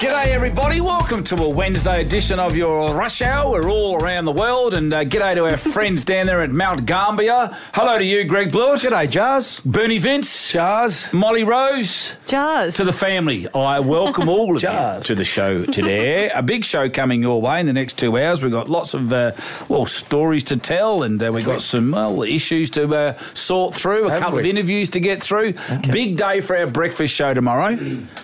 G'day, everybody. Welcome to a Wednesday edition of your Rush Hour. We're all around the world, and uh, g'day to our friends down there at Mount Gambier. Hello to you, Greg Blewett. G'day, Jars. Bernie Vince. Jars. Molly Rose. Jars. To the family, I welcome all of you Jars. to the show today. a big show coming your way in the next two hours. We've got lots of, uh, well, stories to tell, and uh, we've got some well, issues to uh, sort through, a Have couple of we? interviews to get through. Big day for our breakfast show tomorrow.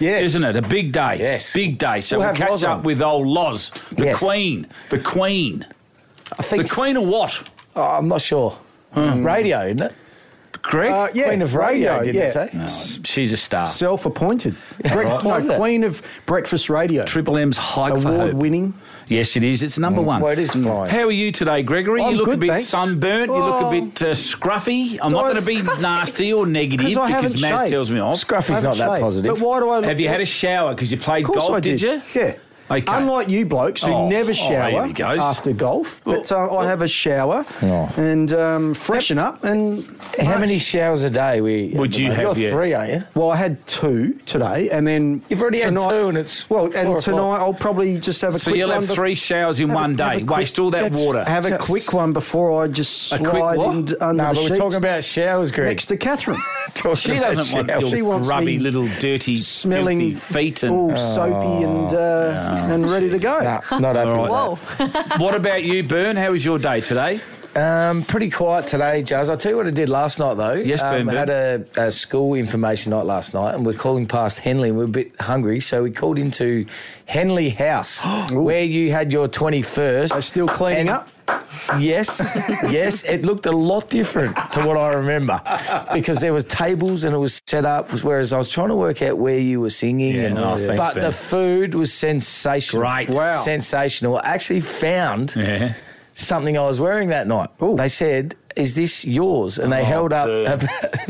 Yes. Isn't it? A big day. Yes. Big day. So We'll we'll, have catch Loz up on. with old Loz, the Yes. Queen. The Queen. I The think Queen of Hmm. what? Oh, I'm not sure. Radio, isn't it? Greg? Uh, yeah, Queen of radio, radio, didn't it yeah. say? No, she's a star. Self-appointed, Bre- Right. no, Was it? Queen of Breakfast Radio, Triple M's high for hope. award-winning. Yes, it is. It's number Mm. one. Well, it is flying. How are you today, Gregory? I'm you look a Oh, good, bit thanks. sunburnt. You look a Oh. bit uh, scruffy. I'm not Oh, going to be nasty or negative 'Cause I because haven't Maz shaved. tells me off. Scruffy's not that Shave. positive. But why do I? Look Have you had a shower because you played Of course golf? I did. you? Yeah. Okay. Unlike you blokes who Oh, oh, never here shower he goes. after golf, but uh, I have a shower Oh. and um, freshen up. And How march. many showers a day we? Would you You're have, yeah. three, aren't you? Well, I had two today, and then You've already had tonight, two and it's well. four And o'clock. tonight I'll probably just have a So quick you'll one have bef- three showers in have a- one have day. a quick- Waste all that that's- water. Have a Just- quick one before I just A quick slide what? in under no, the but we're sheets talking about showers, Greg. next to Catherine. Talking She about doesn't want showers. your She wants grubby me little dirty smelling filthy feet and Oh, all soapy and uh, and ready to go. Nah, not happy with Whoa. what about you, Byrne? How was your day today? that. Um, pretty quiet today, Jars. I'll tell you what I did last night, though. Yes, Ben, um, Ben. had a, a school information night last night, and we're calling past Henley, and we we're a bit hungry, so we called into Henley House, where you had your 21st. They're still cleaning And- up. Yes, yes, it looked a lot different to what I remember because there was tables and it was set up. Whereas I was trying to work out where you were singing, Yeah, and, no, thanks, but Ben. the food was sensational. Great. Wow. sensational. I actually found Yeah. something I was wearing that night. They said, "Is this yours?" And they Oh, held up a,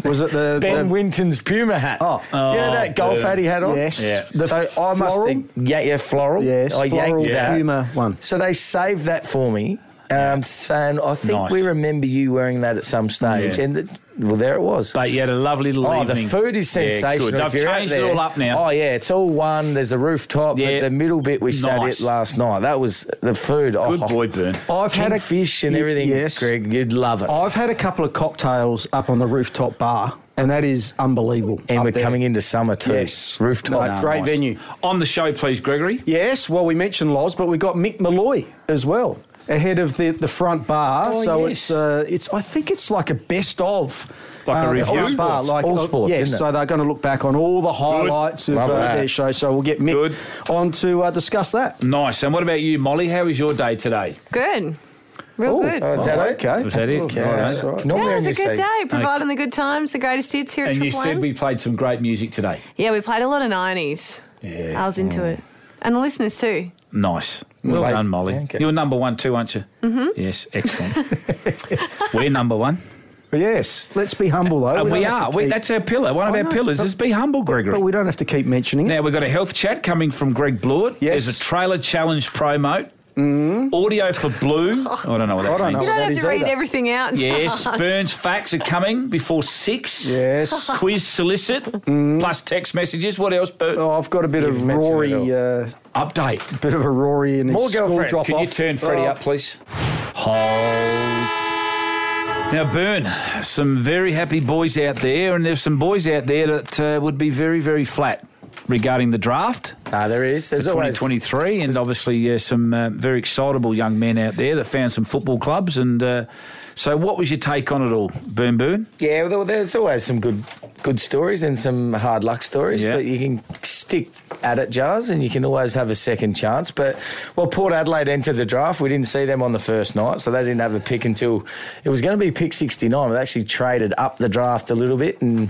Was it the Ben the- Winton's Puma hat. Oh. you know Oh, that golf Ben. hat he had on. Yes. Yeah. The so I must floral? think, yeah, yeah, floral. Yes, I floral yanked that. Puma one. So they saved that for me, um, saying, I think Nice. we remember you wearing that at some stage. Yeah. And th- well, there it was. But you had a lovely little Oh, evening. the food is Yeah, good. sensational. They've If you're out changed there- it all up now. Oh yeah, it's all one. There's a rooftop. Yeah. Yeah. The middle bit we sat Nice. at last night. That was the food. Good oh, boy, Byrne. I've had a fish and Y- everything, yes. Greg. You'd love it. I've had a couple of cocktails up on the rooftop bar, and that is unbelievable. and up we're there. coming into summer too. Yes. Rooftop. No, great venue. On the show, please, Gregory. Yes, well, we mentioned Loz, but we got Mick Malloy as well ahead of the, the front bar. Oh, so yes. it's uh, it's I think it's like a best of. Like a um, review? of the bar, All like oh, sports, all sports, yes, isn't it? so they're going to look back on all the highlights of Love uh, that. their show. So we'll get Mick Good. on to uh, discuss that. Nice. And what about you, Molly? How was your day today? Good. Real Oh, good. Oh, is that Oh, it? okay. Was that it? Okay. All right. that's all right. yeah, Normally it was when a you good say- day, providing the good times, the greatest hits here at And you Triple said M. we played some great music today. yeah, we played a lot of 90s. Yeah. I was into it. And the listeners too. Nice. Well Late. done, Molly. Yeah, okay. You're number one too, aren't you? Mm-hmm. Yes, excellent. We're number one. Yes, let's be humble though. And we, don't have are. to We, keep- that's our pillar. One of I our know, pillars but- is be humble, Gregory. but we don't have to keep mentioning it. Now, we've got a health chat coming from Greg Blewett. Yes. Mm-hmm. There's a trailer challenge promo. Audio for Blue. I don't know what that means. You I don't know. Well, don't that have is to read either. everything out. Yes, Burns facts are coming before six. Yes. Quiz solicit, plus text messages. What else, Burns? Mm-hmm. Oh, I've got a bit of mentioned Rory, it uh, Update. bit of a Rory and his More school girlfriend. drop Can off. Oh, you turn Freddie up, please? Hold. Now, Burn, some very happy boys out there, and there's some boys out there that uh, would be very, very flat regarding the draft Ah, there is. There's always 2023, and obviously uh, some uh, very excitable young men out there that found some football clubs. And uh, so, what was your take on it all, Burn Burn? Yeah, well, there's always some good good stories and some hard luck stories, Yeah. but you can stick at it, Jars, and you can always have a second chance. But, well, Port Adelaide entered the draft. We didn't see them on the first night, so they didn't have a pick until it was going to be pick 69. They actually traded up the draft a little bit and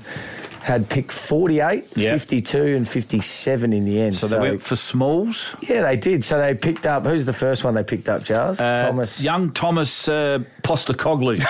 had pick 48, Yeah. 52, and 57 in the end. So, they went for smalls. yeah, they did. So they picked up, who's the first one they picked up, Jars? Uh, Thomas. Young Thomas uh, Postacoglu.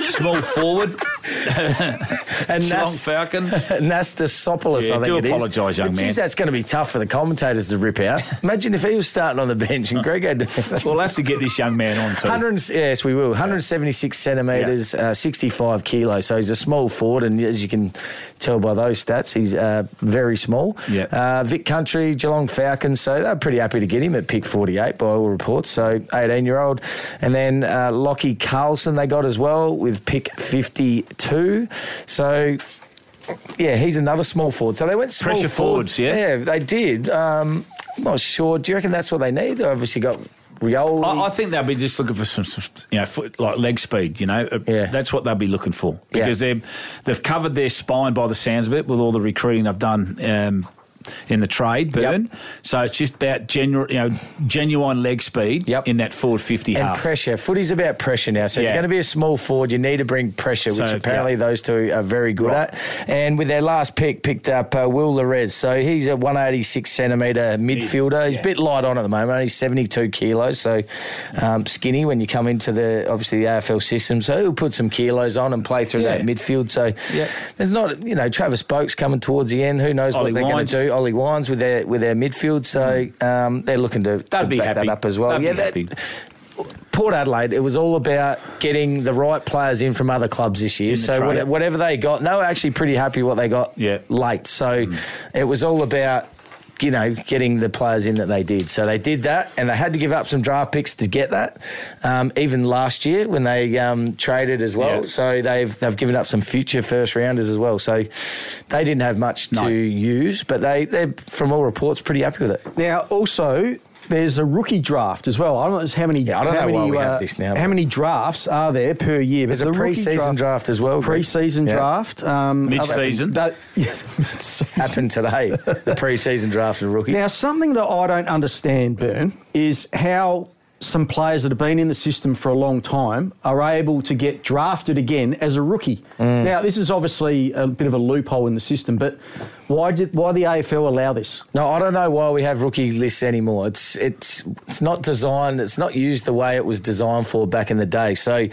Small forward. and Geelong Nas, Falcons. Nastasiopoulos, Yeah, I think do it is. apologise, young But man. Geez, that's going to be tough for the commentators to rip out. Imagine if he was starting on the bench and Greg had We'll have to get this young man on too. 100, and- yes, we will. 176 centimetres, uh, 65 kilos. So he's a small forward, and as you can tell by those stats, he's uh, very small. Yeah. Uh, Vic Country, Geelong Falcons. So they're pretty happy to get him at pick 48 by all reports. So 18 year old. And then uh, Lockie Carlson they got as well with pick 52. So. Yeah, he's another small forward. So they went small Pressure forward. forwards, yeah? yeah, they did. Um, I'm not sure. Do you reckon that's what they need? They obviously got Rioli. I, I think they'll be just looking for some, some you know, foot, like leg speed. You know, Yeah. that's what they'll be looking for Yeah. because they've they've covered their spine by the sounds of it with all the recruiting they've done. Um, in the trade, burn. So it's just about genuine, you know, genuine leg speed Yep. in that forward fifty And half. pressure. Footy's about pressure now. So if Yeah. you're going to be a small forward, you need to bring pressure, which So, apparently yeah. those two are very good Right. at. And with their last pick, picked up uh, Will Larez. So he's a 186 centimetre midfielder. He's yeah. a bit light on at the moment. He's 72 kilos, so um, skinny when you come into the obviously the AFL system. So he'll put some kilos on and play through Yeah. that midfield. So Yeah. there's not, you know, Travis Boak's coming towards the end. Who knows Ollie what they're going Wines. Mm. to do? Ollie Wines with their with their midfield. So um, they're looking to, to They'd be back happy. that up as well. They'd yeah, be that- Mm, happy. Port Adelaide, it was all about getting the right players in from other clubs this year. In the So trade. what, whatever they got, and they were actually pretty happy what they got Yeah. Mm. late. So it was all about you know getting the players in that they did. So they did that, and they had to give up some draft picks to get that. Um, even last year when they um, traded as well, Yeah. so they've they've given up some future first rounders as well. So they didn't have much No. to use, but they they're from all reports pretty happy with it. Now, also, there's a rookie draft as well. I don't know how many. Yeah, I don't how know many, uh, why we have this now, How but- many drafts are there per year? There's a pre-season draft, as well. Greg. Pre-season Yeah. draft. Um, Mid-season? that- yeah. happened today. The preseason draft of rookie. Now, something that I don't understand, Byrne, is how some players that have been in the system for a long time are able to get drafted again as a rookie. Mm. Now, this is obviously a bit of a loophole in the system, but why did why the AFL allow this? no, I don't know why we have rookie lists anymore. It's it's it's not designed. It's not used the way it was designed for back in the day. So.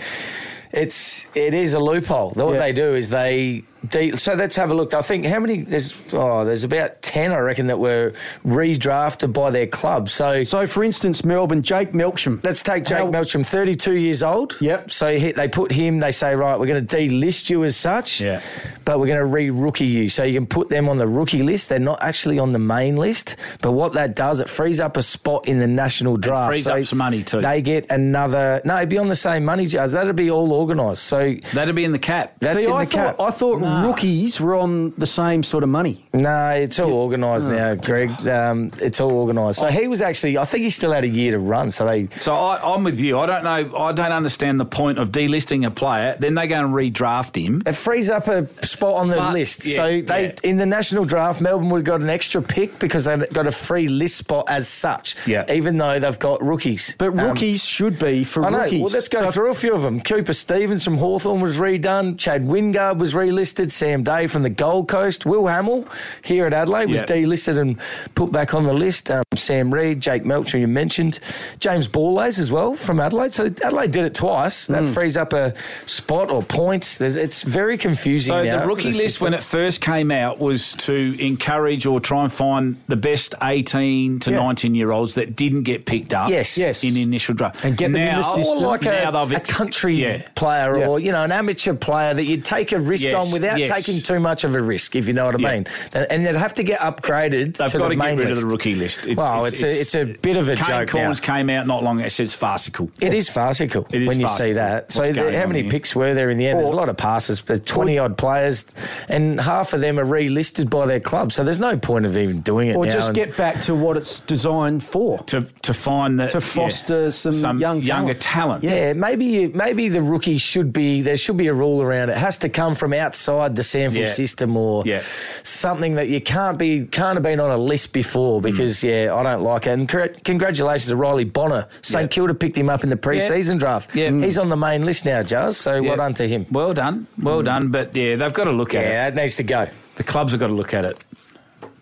It's it is a loophole. What Yeah. they do is they de- so let's have a look. I think how many there's oh there's about ten I reckon that were redrafted by their club. So So, for instance, Melbourne, Jake Melksham. Let's take Jake How- Melcham, 32 years old. Yep. So he, they put him, they say, right, we're going to delist you as such, Yeah. but we're going to re rookie you. So you can put them on the rookie list. They're not actually on the main list. But what that does, it frees up a spot in the national draft. frees So up some money too. They get another, no, it'd be on the same money, Jazz. That'd be all organised. So That'd be in the cap. That's See, in I the thought, cap. I thought rookies were on the same sort of money. No, it's all organised Oh, now, Greg. Um, it's all organised. So he was actually, I think he still had a year to run. So they, So I, I'm with you. I don't know. I don't understand the point of delisting a player. Then they go and redraft him. It frees up a spot on the But- list. yeah, so they yeah. in the national draft, Melbourne would have got an extra pick because they got a free list spot as such. Yeah. Even though they've got rookies. But Um, rookies should be for I know. rookies. Well, let's go So through a few of them. Cooper Stevens from Hawthorn was redone. Chad Wingard was relisted. Sam Day from the Gold Coast. Will Hamill here at Adelaide was Yeah. delisted and put back on the list. Um, Sam Reed, Jake Melcher, you mentioned. James Borlays as well from Adelaide. So Adelaide did it twice. Hmm. That frees up a spot or points. There's, it's very confusing So now. the rookie This list, is when the- it first came out, was to encourage or try and find the best 18 to Yeah. 19 year olds that didn't get picked up. Yes. Yes. in the initial draft And get them in the Now- system. Or like a, now they've- a country Yeah. player Yeah. or, you know, an amateur player that you'd take a risk Yes, on without yes. taking too much of a risk, if you know what I Yeah. mean. And- And they'd have to get upgraded They've to got to the get main rid of list. the rookie list. Wow, it's, a, it's a bit of a Kane joke now. Corns came out not long. ago. It says farcical. It is farcical It is when you see farcical. that. So What's th- going how on many here? picks were there in the end? There's a lot of passes, but 20 odd players, and half of them are relisted by their club. So there's no point of even doing it Or now. just And- get back to what it's designed for. To, to find that To foster some young younger talent. talent. Yeah, maybe you, maybe the rookie should be there should be a rule around it. It has to come from outside the Sanford Yeah. system or Yeah. something that you can't be can't have been on a list before Mm. because yeah, I don't like it. And cor- congratulations to Riley Bonner. St Yeah. Kilda picked him up in the pre-season draft. Yeah. Mm. He's on the main list now, Jazz. So Yeah. well done to him. Mm. Well done. Well done. But yeah, they've got to look at it. Yeah, that needs to go. The clubs have got to look at it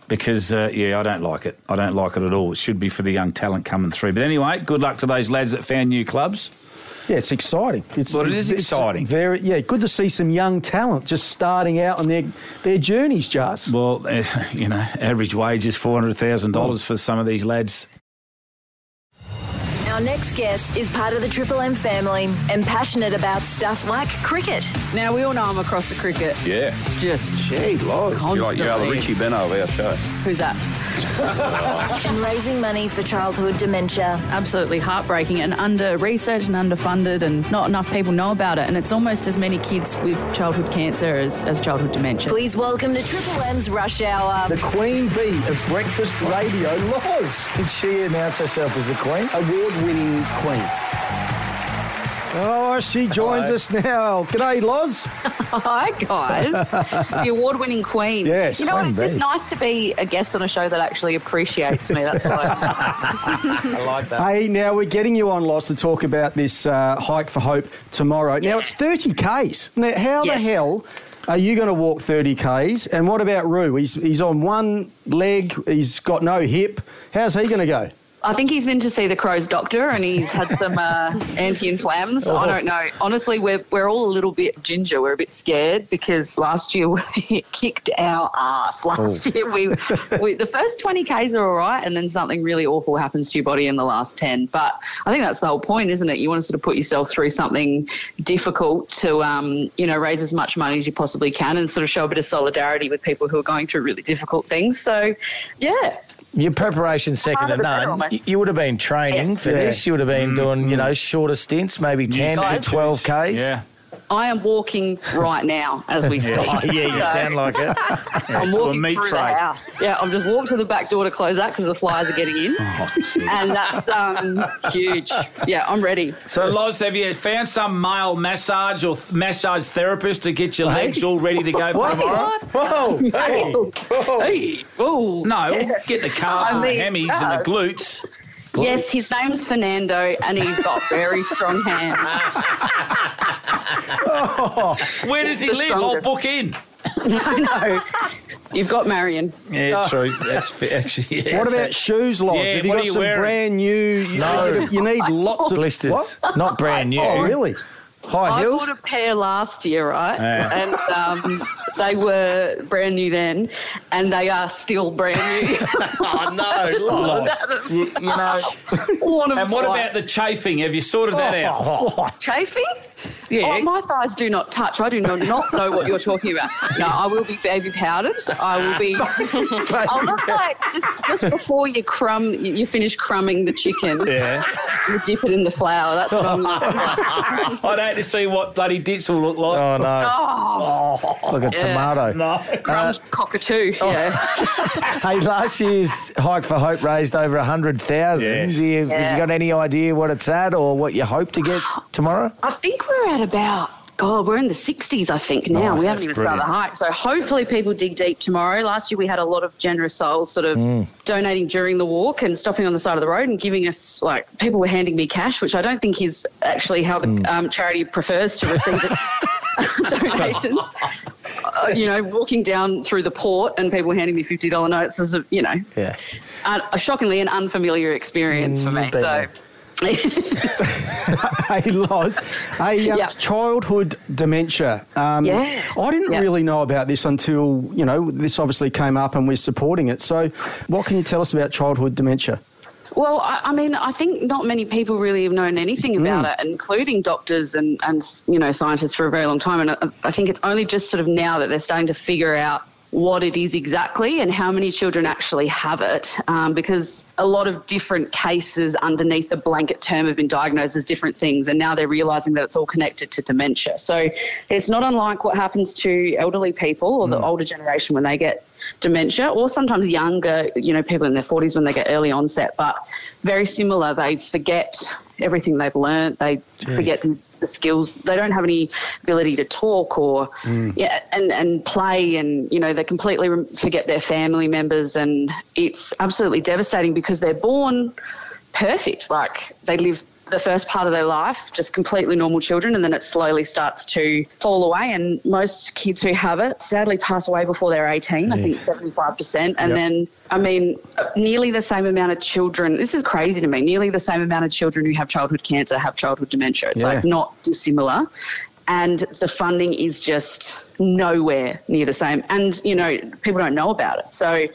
because, uh, yeah, I don't like it. I don't like it at all. It should be for the young talent coming through. But anyway, good luck to those lads that found new clubs. Yeah, it's exciting. It's, Well, it is it's exciting. Very, yeah, good to see some young talent just starting out on their their journeys, Jars. Well, eh, you know, average wage is four hundred thousand Oh. dollars for some of these lads. Our next guest is part of the Triple M family and passionate about stuff like cricket. Now we all know I'm across the cricket. Yeah. Just Gee, Lord. You're like, you're the Constantly. Richie Benno of our show. who's that? And raising money for childhood dementia. Absolutely heartbreaking and under researched and underfunded, and not enough people know about it. And it's almost as many kids with childhood cancer as, as childhood dementia. Please welcome to Triple M's Rush Hour. The Queen Bee of Breakfast Radio Laws. Did she announce herself as the Queen? Award-winning Queen. Oh, she joins Hello. us now. G'day, Loz. Hi, guys. the award winning queen. Yes, You know what? It's just indeed. nice to be a guest on a show that actually appreciates me. That's all I I like that. Hey, now we're getting you on, Loz, to talk about this uh, hike for hope tomorrow. Now Yeah. it's 30 Ks. Now, how Yes. the hell are you going to walk 30 Ks? And what about Roo? He's, he's on one leg, he's got no hip. How's he going to go? I think he's been to see the crow's doctor and he's had some uh, anti-inflams. I don't know. Honestly, we're, we're all a little bit ginger. We're a bit scared because last year we kicked our ass. Last year we, we the first 20 Ks are all right and then something really awful happens to your body in the last 10. But I think that's the whole point, isn't it? You want to sort of put yourself through something difficult to, um, you know, raise as much money as you possibly can and sort of show a bit of solidarity with people who are going through really difficult things. So, yeah, Your preparation second to 100% none. almost. Y- You would have been training Yes. for this. You would have Mm. been doing, you know, shorter stints, maybe 10 to Size. 12 Ks. Yeah. I am walking right now as we speak. So, like it. I'm to a walking meat through tray. the house. Yeah, I've just walked to the back door to close that because the flies are getting in, and that's um, huge. Yeah, I'm ready. So, Loz, have you found some male massage or th- massage therapist to get your legs all ready to go for tomorrow? Whoa. Hey. Hey, oh. No, get the calves I and the mean, hammies and the glutes. Yes, his name's Fernando, and he's got very strong hands. Where does he The live? strongest. I'll book in. I know. You've got Marion. Ah. Yeah, true. That's fa- actually. Yeah, What that's about it. shoes, Loz? Yeah, Have you what got are you some wearing? brand new? No. You need lots of Blisters. What? Not brand new. Oh, really? High I heels. bought a pair last year, right? And um, they were brand new then, and they are still brand new. Oh, no. Lots. you know? Worn 'em And what twice. about the chafing? Have you sorted that out? Oh. chafing? Yeah. Oh, my thighs do not touch. I do not, not know what you're talking about. No, I will be baby powdered. I will be. I'll look like just just before you crumb, you, you finish crumbing the chicken. Yeah. You dip it in the flour. That's what I'm looking like. I'd hate to see what bloody dits will look like. Oh, no. Oh, Like a tomato. No. crumbs cockatoo. Yeah. Hey, last year's Hike for Hope raised over 100000 Yes. Do you, Have Yeah. you got any idea what it's at or what you hope to get tomorrow? I think we're at about. God, we're in the 60s, I think, now. Nice, we that's haven't even started the hike. So hopefully people dig deep tomorrow. Last year we had a lot of generous souls sort of donating during the walk and stopping on the side of the road and giving us, like, people were handing me cash, which I don't think is actually how the um, charity prefers to receive its donations. Uh, you know, walking down through the port and people handing me $50 notes is, a, you know, Yeah. a, a shockingly an unfamiliar experience for me. Mm, I So... hey, Loz. Hey, um, Yeah. childhood dementia. Um, Yeah. I didn't Yeah. really know about this until, you know, this obviously came up and we're supporting it. So, what can you tell us about childhood dementia? Well, I, I mean, I think not many people really have known anything about it, including doctors and, and you know scientists for a very long time. And I, I think it's only just sort of now that they're starting to figure out what it is exactly and how many children actually have it, um, because a lot of different cases underneath the blanket term have been diagnosed as different things, and now they're realizing that it's all connected to dementia. So it's not unlike what happens to elderly people or the older generation when they get dementia or sometimes younger you know people in their 40s when they get early onset but very similar they forget everything they've learnt they forget the, the skills they don't have any ability to talk or yeah and and play and you know they completely rem- forget their family members and it's absolutely devastating because they're born perfect like they live the first part of their life, just completely normal children, and then it slowly starts to fall away. And most kids who have it sadly pass away before they're 18, I think 75%. And then, I mean, nearly the same amount of children, this is crazy to me, nearly the same amount of children who have childhood cancer have childhood dementia. It's like Yeah. not dissimilar. And the funding is just nowhere near the same. And, you know, people don't know about it. So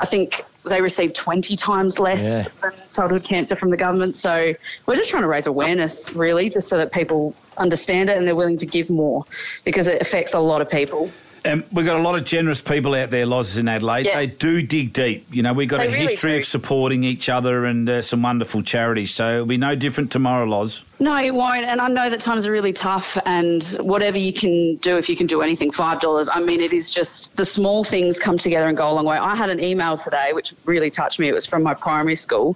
I think they receive 20 times less Yeah. than childhood cancer from the government. So we're just trying to raise awareness, really, just so that people understand it and they're willing to give more because it affects a lot of people. And we've got a lot of generous people out there, Loz, in Adelaide. Yeah. They do dig deep. You know, we've got They a really history do. of supporting each other and uh, some wonderful charities. So it'll be no different tomorrow, Loz. No, it won't. And I know that times are really tough, and whatever you can do, if you can do anything, $5. I mean, it is just the small things come together and go a long way. I had an email today which really touched me. It was from my primary school,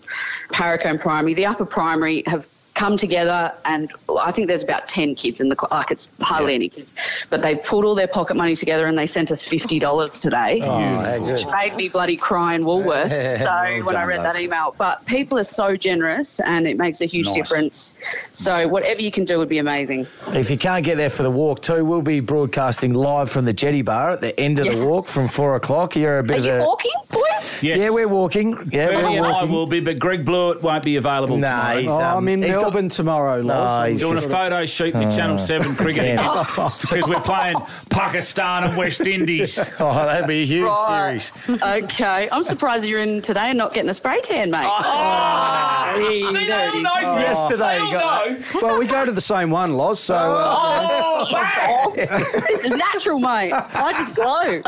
Paracombe Primary. The upper primary have come together and I think there's about 10 kids in the class, like it's hardly any kids, but they pulled all their pocket money together and they sent us $50 today how good. which made me bloody cry in Woolworths. So Well when I done, read love. that email, but people are so generous and it makes a huge Nice. difference. So whatever you can do would be amazing. If you can't get there for the walk too, we'll be broadcasting live from the Jetty Bar at the end of Yes. the walk from four o'clock. You're a Are bit you of a walking, boys? Yes. yeah, we're walking. Yeah, Bernie we're and I walking. will be, but Greg Blewett won't be available Nah, tomorrow. he's- Oh, um, I'm in he's got- Melbourne tomorrow, Loz. No, I'm he's- sort Doing a of- photo shoot for Channel 7 cricket Ah. yeah. because we're playing Pakistan and West Indies. Oh, that'd be a huge Right. series. okay. I'm surprised you're in today and not getting a spray tan, mate. Oh, See, Hey, they all dirty. know Yesterday They all you got know. well, we go to the same one, Loz. So uh, Oh, man. This is natural, mate. I just glow.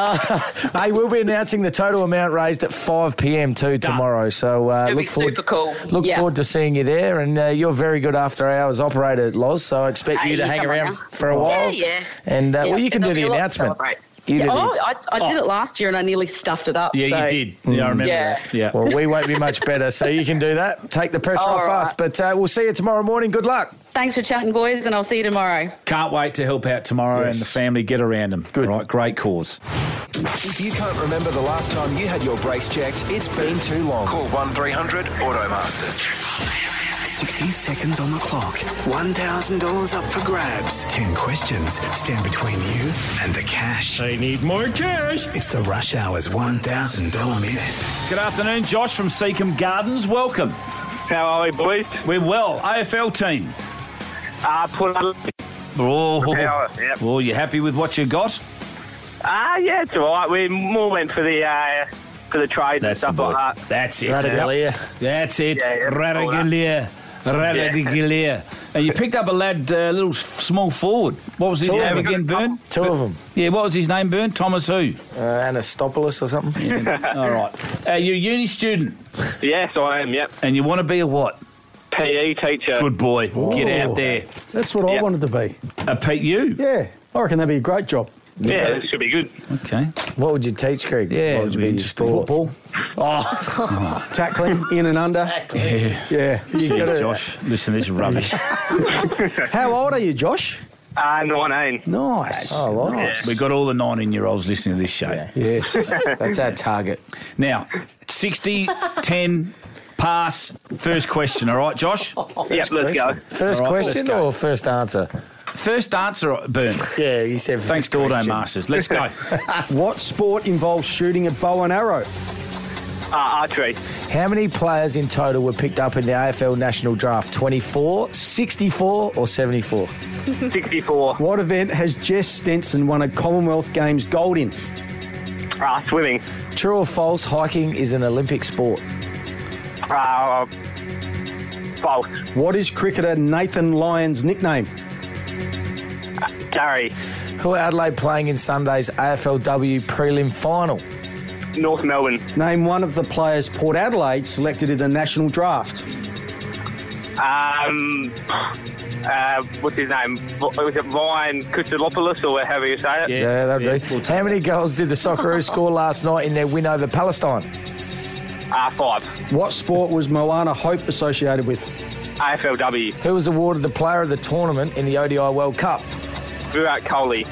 Hey, we'll be announcing the total amount raised at 5 p.m. too tomorrow. So uh, It'll look be forward. super cool. Look Yeah. forward to seeing you there, and uh, you're a very good after hours operator, Loz. So I expect Hey, you to you hang come around on now. for a while. yeah. And uh, Yeah, well, you can do there'll the be a lot to announcement. celebrate. You Yeah, do the- oh, I, I did it last year and I nearly stuffed it up. Yeah, so- you did. Yeah, I remember Yeah. that. Yeah. Well, we won't be much better, so you can do that. Take the pressure Oh. All off right. us. But uh, we'll see you tomorrow morning. Good luck. Thanks for chatting, boys, and I'll see you tomorrow. Can't wait to help out tomorrow and the family get around them. Good. Right, great cause. If you can't remember the last time you had your brakes checked, it's been too long. Call 1300 Automasters. 60 seconds on the clock. $1,000 up for grabs. 10 questions stand between you and the cash. They need more cash. It's the Rush Hours $1,000 minute. Good afternoon, Josh from Seacombe Gardens. Welcome. How are we, boys? We're well. AFL team. Uh, put on. Oh, Power, yep. well, you happy with what you got? Ah, yeah, it's all right. We more went for the uh, for the trade and the stuff boy. like that. That's it. Radaglia. That's it. Yeah, yeah. Radaglia. Radaglia. And you picked up a lad, a little small forward. What was his Two of name them. again, Byrne? Two of them. Yeah, what was his name, Byrne? Thomas who? Uh, Anastopoulos or something. All right. Uh, you're a uni student Yes, I am. Yep, and you want to be a what? PE teacher. Good boy. Get Ooh. out there. Oh. that's what I Yeah. wanted to be. A Pete, you? Yeah, I reckon that'd be a great job. Yeah, this should be good. Okay. What would you teach, Craig? Yeah, what would it'd be be your just sport? Football, Oh. tackling, in and under. Yeah. Jeez, Josh, listen, this is rubbish. How old are you, Josh? Uh, 19. Nice. Oh, nice. We've got all the 19 year olds listening to this show. Yes. That's our target. Now, 60, 10, pass, first question, all right, Josh? Oh, yep, let's go. First All right, let's question go. or first answer? First answer, Burn. Yeah, you said. Thanks to Auto Masters. Let's go. what sport involves shooting a bow and arrow? Uh, archery. How many players in total were picked up in the AFL National Draft? 24, 64, or 74? 64. What event has Jess Stenson won a Commonwealth Games gold in? Uh, swimming. True or false, hiking is an Olympic sport. Uh, false. What is cricketer Nathan Lyon's nickname? Gary. Who are Adelaide playing in Sunday's AFLW prelim final? North Melbourne. Name one of the players Port Adelaide selected in the national draft. Um, uh, what's his name? V- Was it Vine Kutsilopoulos or however you say it? Yeah. Yeah, that'll yeah, do. we'll take How many goals did the Socceroos score last night in their win over Palestine? Uh, five. What sport was Moana Hope associated with? AFLW. Who was awarded the player of the tournament in the ODI World Cup? Virat Kohli.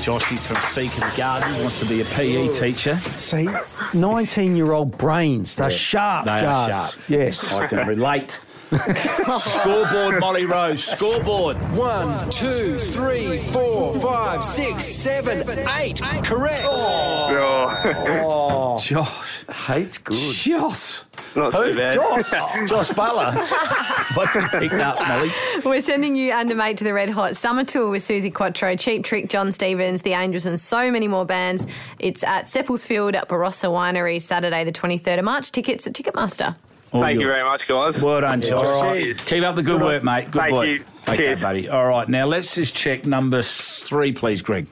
Joshy from Seacon Gardens wants to be a PE teacher. See, 19 year old brains. They're sharp, They are Jars. sharp. Yes. I can relate. Scoreboard, Molly Rose. Scoreboard. One, two, three, four, five, six, seven, eight. Correct. Oh. Josh. Hate's good. Josh. Not Who? too bad. Josh. Josh Butler. What's it picked up, Molly? We're sending you Undermate to the Red Hot Summer Tour with Susie Quattro, Cheap Trick, John Stevens, The Angels, and so many more bands. It's at Seppelsfield at Barossa Winery, Saturday, the 23rd of March. Tickets at Ticketmaster. All Thank you yours. very much, guys. Oh, Well done, Josh. All right. Cheers. Keep up the good, work, mate. Good Thank work. you. Okay, Cheers. buddy. All right, now let's just check number s- three, please, Greg.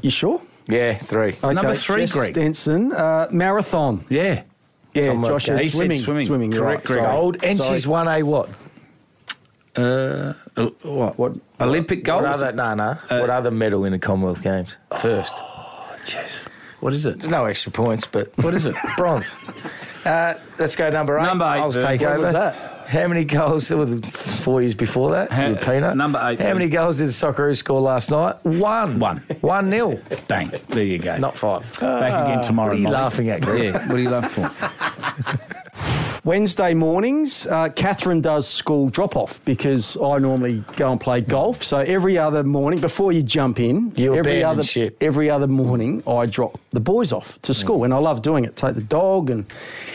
You sure? Yeah, three. Number three, Jess Greg. Stenson, uh, marathon. Yeah. Yeah, Come on, Josh Gav. He said said swimming, swimming. swimming. you're Correct, right. Greg. Sorry. Old, and Sorry. she's one A what? Uh, uh, what? What- Olympic gold? What other? No, no. what other medal in the Commonwealth Games? First. What is it? Oh, There's no extra points, but what is it? Bronze. Uh, let's go number eight. Number eight, I'll Vern. take When over. was that? How many goals? There were the four years before that. Ha- with Peanut. number eight, How Vern. many goals did the Socceroos score last night? One. One. One nil. Bang. There you go. Not five. Back again tomorrow. what are you Molly. laughing at, Greg? Yeah, what are you laughing for? Wednesday mornings, uh, Catherine does school drop off because I normally go and play golf. So every other morning, before you jump in, You every abandon other ship. every other morning, I drop the boys off to school, and I love doing it. Take the dog, and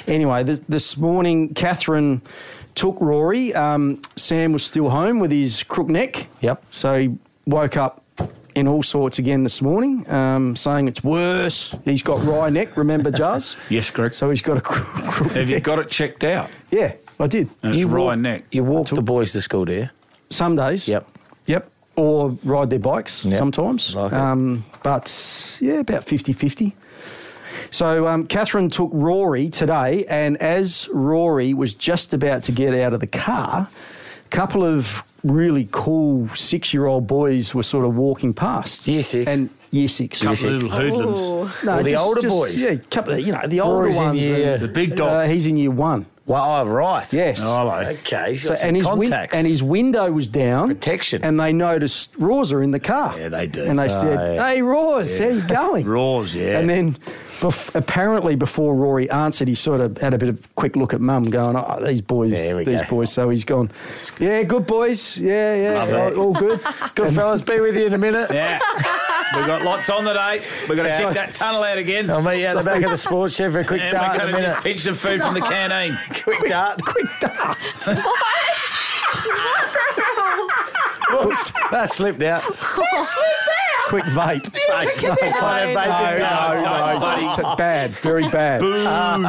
anyway, this, this morning, Catherine took Rory. Um, Sam was still home with his crook neck. Yep. So he woke up in all sorts again this morning, um, saying it's worse. He's got wry neck. Remember, Jazz? Yes, Greg. So he's got a crook. crook Have you got it checked out? yeah, I did. And it's You Ryan walk- Neck. You walk the boys to school, do you? Some days. Yep. Yep. Or ride their bikes Yep. sometimes. Like it. um, but yeah, about 50 50. So um, Catherine took Rory today, and as Rory was just about to get out of the car, a couple of really cool six year old boys were sort of walking past. Year six. And year six. Couple of little hoodlums. Ooh. No, Or the just- older just- boys? Yeah, couple of, you know, the older Rory's in ones. year- and- The big dogs. Uh, he's in year one. Well, oh, right. Yes. Oh, hello. Okay. He's So, got some and, his win- contacts. and his window was down. Protection. And they noticed Rosa in the car. Yeah, they do. And they Oh, said, yeah. hey, Roz, how you going? Roars, yeah. And then bef- apparently before Rory answered, he sort of had a bit of quick look at mum going, oh, these boys, There we these go. boys. So he's gone, yeah, good boys. Yeah, yeah, Love it. all, all good. Good fellas, be with you in a minute. Yeah. We've got lots on today. We've got to check that tunnel out again. I'll meet you at the back of the sports shed for a quick and dart we're in a going to just minute. pinch some food from the canteen. Quick dart. Quick dart. Whoops. That slipped out. quick vape. Fine, baby. No, no, no, buddy. It's bad, very bad.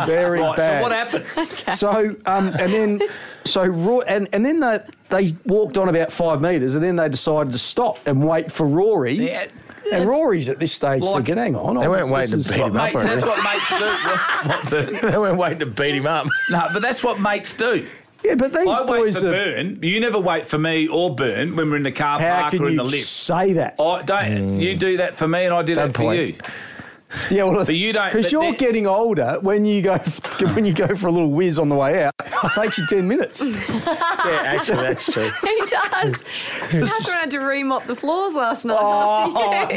very Right, bad. so what happened? So um, and then so Roy, and and then they they walked on about five meters, and then they decided to stop and wait for Rory. Yeah, that's- and Rory's at this stage Like- thinking, "Hang on, They weren't this waiting is- to beat him Mate, up. that's What, what mates do. What, what the, they weren't waiting to beat him up. no, but that's what mates do. Yeah, but these I wait boys for are. Burn. You never wait for me or Burn when we're in the car How park or can in the you lift. Oh, say that? I don't. You do that for me, and I do Hmm. Don't that for point. you. yeah, well, But you don't- because but you're they're- getting older. When you go when you go for a little whiz on the way out, it takes you ten minutes. Yeah, actually, that's true. He does. Catherine had to remop the floors last night after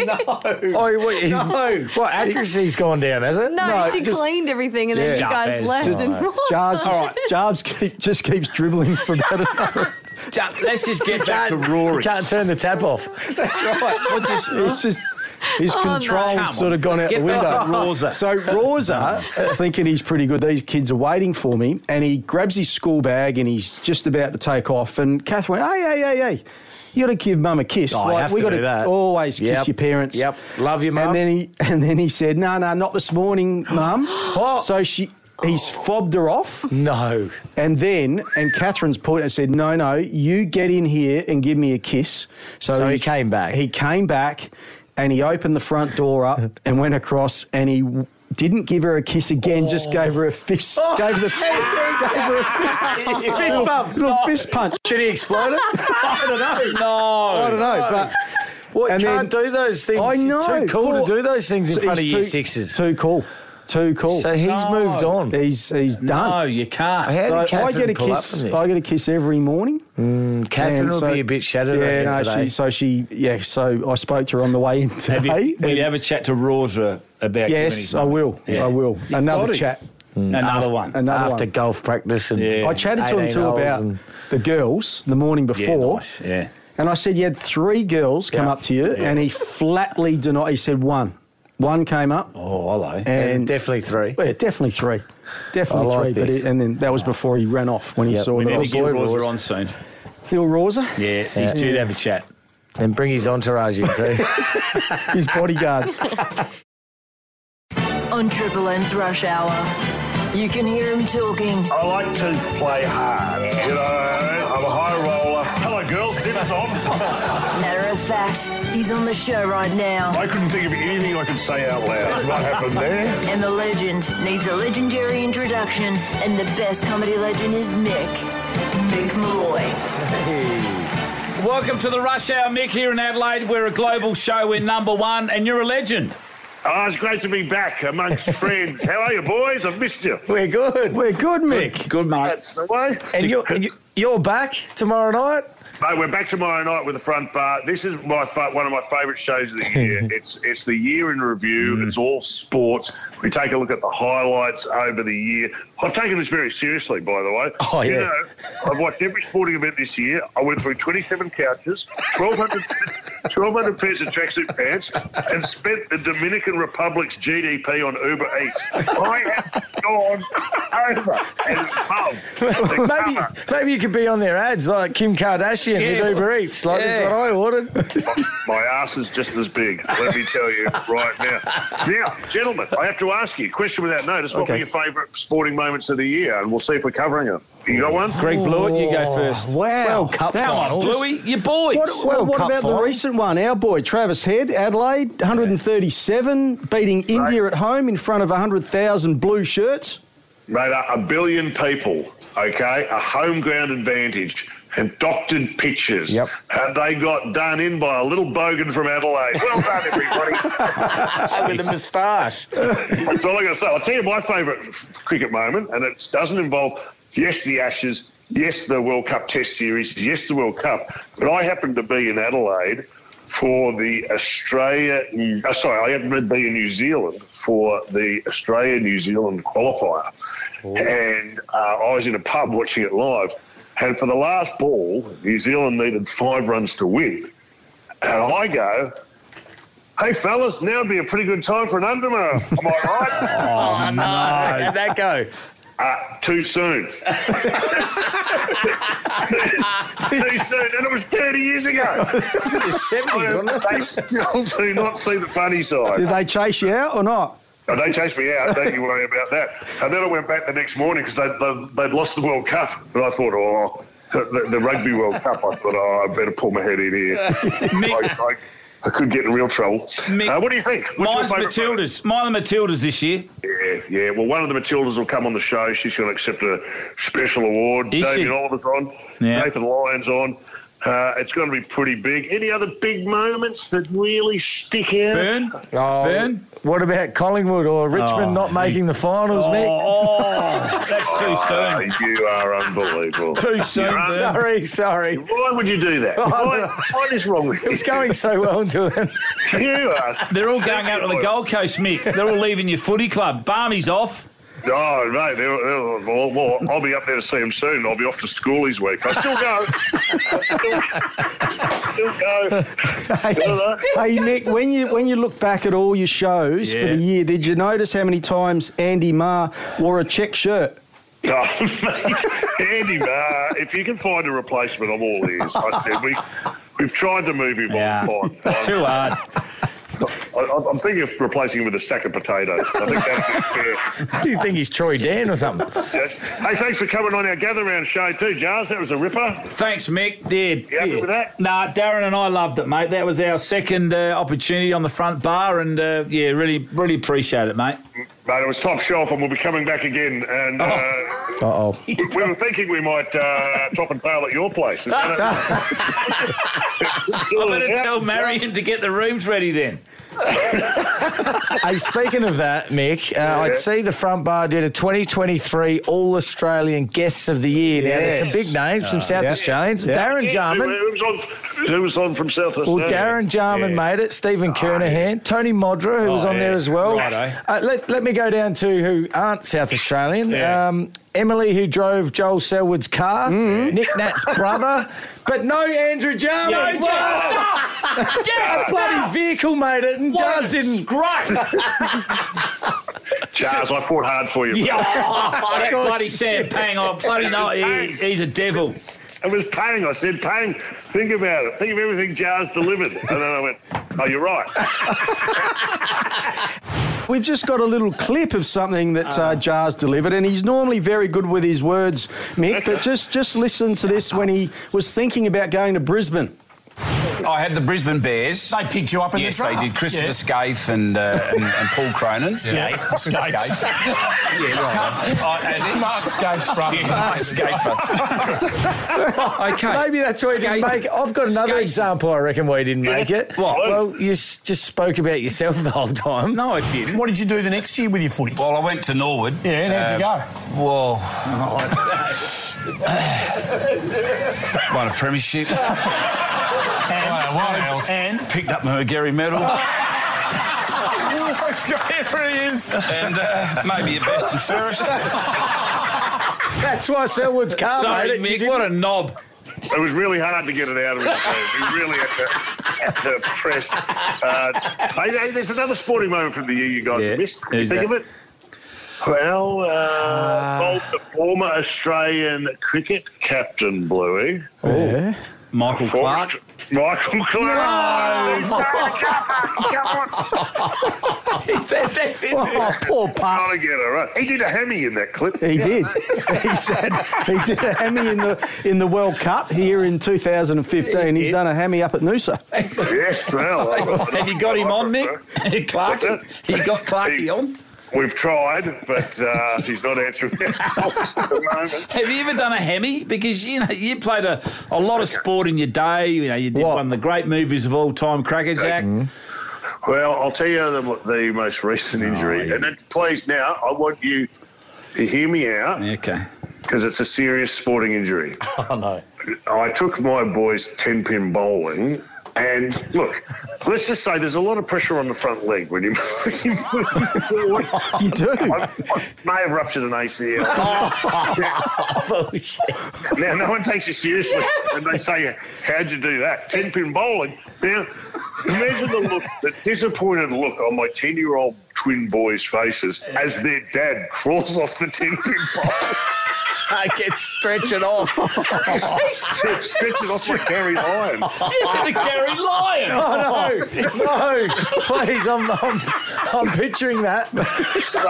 you. Oh, what, his, what accuracy's gone down, has it? No, she just- cleaned everything and then Yeah. you guys Jabez, left just- and Jarbs, Jarbs keep, just keeps dribbling for about another. Ja- Let's just get back to You Rory. can't turn the tap off. That's right. We'll just- It's just his no. control's Come on. sort of gone out Get the back to window. Rosa. So Rosa is thinking he's pretty good. These kids are waiting for me, and he grabs his school bag and he's just about to take off. And Catherine, hey, hey, hey, hey. You got to give mum a kiss. Oh, I have we to gotta do that. always kiss Yep. your parents. Yep. Love you, Mum. And then he and then he said, "No, no, not this morning, mum." Oh. So she he's fobbed her off. No. And then, and Catherine's point and said, "No, no, you get in here and give me a kiss." So he he's- came back. He came back, and he opened the front door up and went across, and he w- didn't give her a kiss again. Oh. Just gave her a fist. Gave the gave her a fist, Fist bump. little fist punch. Did he explode it? I don't know. No. I don't know, but. Oh, Well, And and can't then- do those things. I know. You're too cool Well, to do those things in so front of he's year too- sixes. Too cool. Too cool. so he's No. moved on. he's he's No, done. you can't. I had- So did I Catherine get a pull up kiss. from this? I get a kiss every morning. Catherine And will so- be a bit shattered Yeah, yeah, no, today. she, so she, yeah, so I spoke to her on the way in today. Have you, will and- you have a chat to Rosa about giving yes, his I money? will. Yeah. I will. You Another got it. chat. Another After- one. Another After one. golf practice and I chatted to him 18 too holes about and- the girls the morning before. nice, yeah. And I said, You had three girls come Yeah. up to you, and he flatly denied. He said, One. One came up. Oh, hello. And definitely three. Well, yeah, definitely three. Definitely I like three. this. But it, and then that was before he ran off when he Yep. saw We the need to get boy Rosa rules. on soon. Hill Rosa, Yeah, he's due to have a chat. And bring his entourage in too. his bodyguards. On Triple M's Rush Hour. You can hear him talking. I like to play hard. You know, I'm a high roller. Hello, girls. Dinner's on. Matter of fact, he's on the show right now. I couldn't think of anything I could say out loud. What happened there? And the legend needs a legendary introduction, and the best comedy legend is Mick. Mick Malloy. Welcome to the Rush Hour, Mick, here in Adelaide. We're a global show. We're number one, and you're a legend. Oh, it's great to be back amongst friends. How are you, boys? I've missed you. We're good. We're good, Mick. Good, mate. That's the way. And you're, you- you're back tomorrow night? Mate, we're back tomorrow night with the front bar. This is my fa- one of my favourite shows of the year. it's it's the year in review. It's all sports. We take a look at the highlights over the year. I've taken this very seriously, by the way. Oh, You yeah. know, I've watched every sporting event this year. I went through 27 couches, 1,200, 1,200 pairs of tracksuit pants, and spent the Dominican Republic's GDP on Uber Eats. I have gone over and above. Oh, the Maybe, cover. maybe you could be on their ads like Kim Kardashian Yeah. with Uber Eats. Like, this is Yeah. what I ordered. My ass is just as big, let me tell you right now. Now, gentlemen, I have to ask you a question without notice. What Okay. were your favourite sporting moments of the year? And we'll see if we're covering them. You got one? Greg Blewett, you go first. Oh, Wow. World Cup Come on, finals. Bluey, your boys. What, well, World what Cup about the final. recent one? Our boy Travis Head, Adelaide, 137, beating India at home in front of 100,000 blue shirts. Mate, a a billion people, okay? A home ground advantage and doctored pictures. Yep. And they got done in by a little bogan from Adelaide. Well done, everybody. with a moustache. That's all I got to say. I'll tell you my favourite f- cricket moment, and it doesn't involve yes the Ashes, yes the World Cup Test Series, yes the World Cup, but I happened to be in Adelaide for the Australia. New- oh, sorry, I happened to be in New Zealand for the Australia New Zealand qualifier, and uh, I was in a pub watching it live. And for the last ball, New Zealand needed five runs to win. And I go, hey, fellas, now'd be a pretty good time for an undermar. Am I right? Oh, no. How'd that go? Uh, too soon. too soon. And it was 30 years ago. It's in the 70s, wasn't it? they still do not see the funny side. Did they chase you out or not? And they chased me out. Don't you worry about that. And then I went back the next morning because they, they, they'd lost the World Cup. And I thought, oh, the, the Rugby World Cup. I thought, oh, I better pull my head in here. I, I, I could get in real trouble. Mick, uh, what do you think? What's your Mine's favourite moment? Matildas. Mine are Matildas this year. Yeah, yeah. Well, one of the Matildas will come on the show. She's going to accept a special award. Is David she? Oliver's on. Yeah. Nathan Lyon's on. Uh, it's going to be pretty big. Any other big moments that really stick out? Burn. Oh, Burn. What about Collingwood or Richmond Oh, not making the finals, Oh, Mick? oh, that's too Oh, soon. you are unbelievable. Too soon, You're un- Burn. Sorry, sorry. Oh, Why would you do that? Why, what is wrong with you? It's going so well into it. You are. They're all going out to the Gold Coast, Mick. They're all leaving your footy club. Barney's off. Oh, mate. They're, they're, well, well, I'll be up there to see him soon. I'll be off to school this week. I still go. still, still go. Hey, hey, Mick, when you when you look back at all your shows for Yeah. the year, did you notice how many times Andy Marr wore a check shirt? Oh, mate, Andy Marr, if you can find a replacement, I'm all ears. I said we, we've tried to move him Yeah. Oh, on. Fine. Too hard. I, I, I'm thinking of replacing him with a sack of potatoes. I think that'd be fair. you think he's Troy Dan or something? Josh. Hey, thanks for coming on our gather round show too, Jars. That was a ripper. Thanks, Mick. Did You happy with that? Nah, Darren and I loved it, mate. That was our second uh, opportunity on the front bar, and uh, yeah, really, really appreciate it, mate. Mate, it was top shelf, and we'll be coming back again. And uh, Uh oh. we, we were thinking we might uh, top and tail at your place. Is that a- I better tell Marion to get the rooms ready then. Hey, speaking of that, Mick, uh, I see the front bar did a 2023 All Australian Guests of the Year. Now, there's some Yes. Uh, big names, some South Australians. Darren Yeah, Jarman. It was on, who was on from South Australia? Well, Darren Jarman made it. Stephen Kernahan, Tony Modra, who was Oh, on there yeah. as well. Righto. Uh, let, let me go down to who aren't South Australian. Um, Emily, who drove Joel Selwood's car. Nick Nat's brother. But no Andrew Jarman. No, Jar- Whoa! stop! Get A bloody stop! vehicle made it, and What a Jars didn't. Charles, I fought hard for you. Yeah, Oh, mate. that bloody Sam Pang, I bloody know he- he's a devil. It was paying. I said, paying. Think about it. Think of everything Jars delivered. And then I went, oh, you're right. We've just got a little clip of something that Ah. uh, Jars delivered, and he's normally very good with his words, Mick. But just just listen to this when he was thinking about going to Brisbane. I had the Brisbane Bears. They picked you up in the yes, draft. they did. Christopher Yeah. Scaife and, uh, and, and Paul Cronin. Yeah. Scaife. yeah, right. and Mark Scaife's brother. Yeah, Mark Scaife's brother. okay. Maybe that's all you can make. I've got another example. I reckon where you didn't make it. What? Well, you s- just spoke about yourself the whole time. No, I didn't. What did you do the next year with your footy? Well, I went to Norwood. Yeah, and how'd you go? Well, I Uh, won a premiership. and, what else? And picked up my Gary medal. Here he is. and uh, maybe your best and fairest. That's why Selwood's car Sorry, made it. Mick, what a knob. It was really hard to get it out of him. so We really had to, had to press. Uh, hey, hey, there's another sporting moment from the year you guys missed. Can you who's think that? Ah. of it? Well, uh, Bolt, the former Australian cricket captain, Bluey. Oh. Yeah. Michael Clark. Michael Clark. that, that's it. Oh, poor Pat. Gotta get it right. He did a hammy in that clip. He did. he said he did a hammy in the in the World Cup here in 2015. He's done a hammy up at Noosa. yes, well. Have you got him on, Mick? What's Clarky? that? You got Clarky on? We've tried, but uh, he's not answering the calls at the moment. Have you ever done a hammy? Because you know you played a, a lot of sport in your day. You know you did one of the great movies of all time, Crackerjack. Well, I'll tell you the, the most recent Oh, injury, and it plays now. I want you to hear me out. Okay. Because it's a serious sporting injury. Oh no. I took my boys 10 pin bowling. And look, let's just say there's a lot of pressure on the front leg when you. you do. I, I may have ruptured an ACL. Now, no one takes you seriously when they say, How'd you do that? 10 pin bowling. Now, imagine the look, the disappointed look on my 10 year old twin boys' faces as their dad crawls off the 10 pin bowl. I get stretching off. Stretch stretch it off like Gary Lyon. You did a Gary Lyon. Oh no, no! Please, I'm, I'm, I'm picturing that. So